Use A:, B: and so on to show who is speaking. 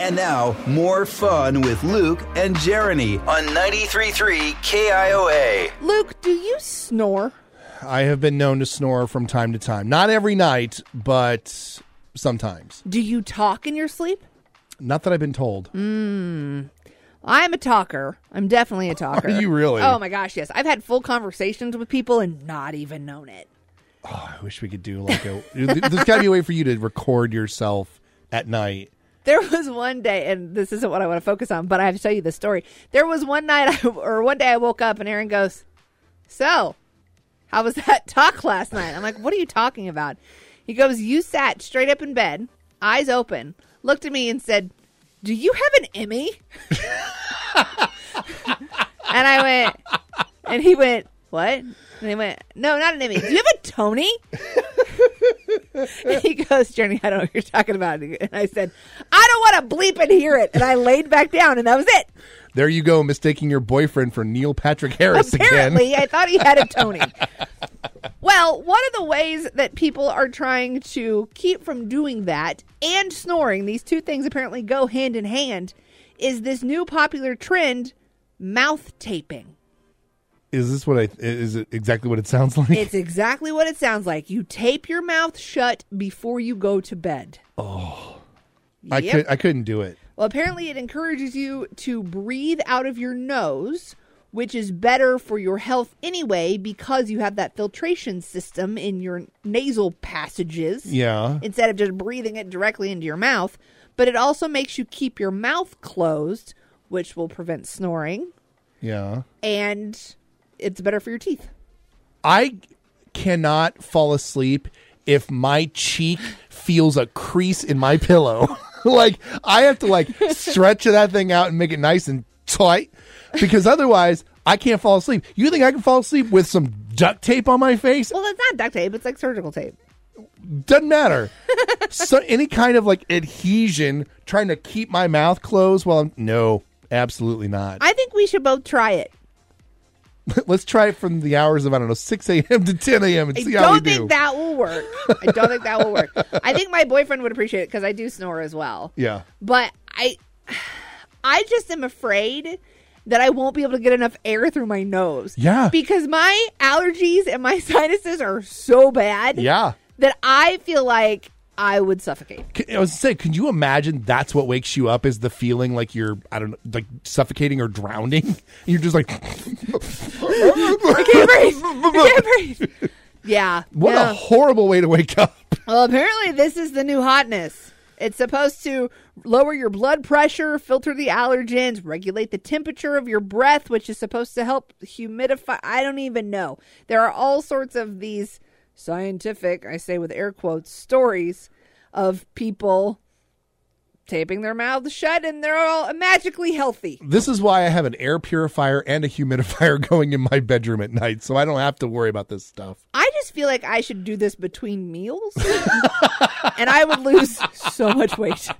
A: And now, more fun with Luke and Jeremy on 93.3 KIOA.
B: Luke, do you snore?
C: I have been known to snore from time to time. Not every night, but sometimes.
B: Do you talk in your sleep?
C: Not that I've been told.
B: I'm a talker. I'm definitely a talker.
C: you really?
B: Oh my gosh, yes. I've had full conversations with people and not even known it.
C: I wish we could do like a. there's got to be a way for you to record yourself at night.
B: There was one day, and this isn't what I want to focus on, but I have to tell you this story. There was one night, I, or one day I woke up and Aaron goes, So, how was that talk last night? I'm like, What are you talking about? He goes, You sat straight up in bed, eyes open, looked at me and said, Do you have an Emmy? and I went, And he went, What? And he went, No, not an Emmy. Do you have a Tony? he goes, Journey, I don't know what you're talking about. And I said, I don't want to bleep and hear it. And I laid back down, and that was it.
C: There you go, mistaking your boyfriend for Neil Patrick Harris again.
B: Apparently, I thought he had a Tony. well, one of the ways that people are trying to keep from doing that and snoring, these two things apparently go hand in hand, is this new popular trend mouth taping.
C: Is this what I? Is it exactly what it sounds like?
B: It's exactly what it sounds like. You tape your mouth shut before you go to bed. Oh.
C: I could. I couldn't do it.
B: Well, apparently, it encourages you to breathe out of your nose, which is better for your health anyway because you have that filtration system in your nasal passages
C: Yeah.
B: instead of just breathing it directly into your mouth. But it also makes you keep your mouth closed, which will prevent snoring,
C: Yeah.
B: and it's better for your teeth.
C: I cannot fall asleep if my cheek feels a crease in my pillow. like I have to like stretch that thing out and make it nice and tight because otherwise I can't fall asleep. You think I can fall asleep with some duct tape on my face?
B: Well, it's not duct tape, it's like surgical tape.
C: Doesn't matter. so any kind of like adhesion trying to keep my mouth closed while I'm no, absolutely not.
B: I think we should both try it.
C: Let's try it from the hours of I don't know, six AM to ten AM and
B: I
C: see how we
B: don't
C: do.
B: think that will work. I don't think that will work. I think my boyfriend would appreciate it because I do snore as well.
C: yeah.
B: But I, I just am afraid that I won't be able to get enough air through my nose.
C: Yeah.
B: Because my allergies and my sinuses are so bad.
C: Yeah.
B: That I feel like I would suffocate.
C: C- I was gonna say, can you imagine that's what wakes you up is the feeling like you're I don't know, like suffocating or drowning? You're just like
B: I can't breathe. I can't breathe. Yeah.
C: what
B: yeah.
C: a horrible way to wake up.
B: Well, apparently, this is the new hotness. It's supposed to lower your blood pressure, filter the allergens, regulate the temperature of your breath, which is supposed to help humidify. I don't even know. There are all sorts of these scientific, I say with air quotes, stories of people taping their mouths shut and they're all magically healthy.
C: This is why I have an air purifier and a humidifier going in my bedroom at night, so I don't have to worry about this stuff.
B: I just feel like I should do this between meals and I would lose so much weight.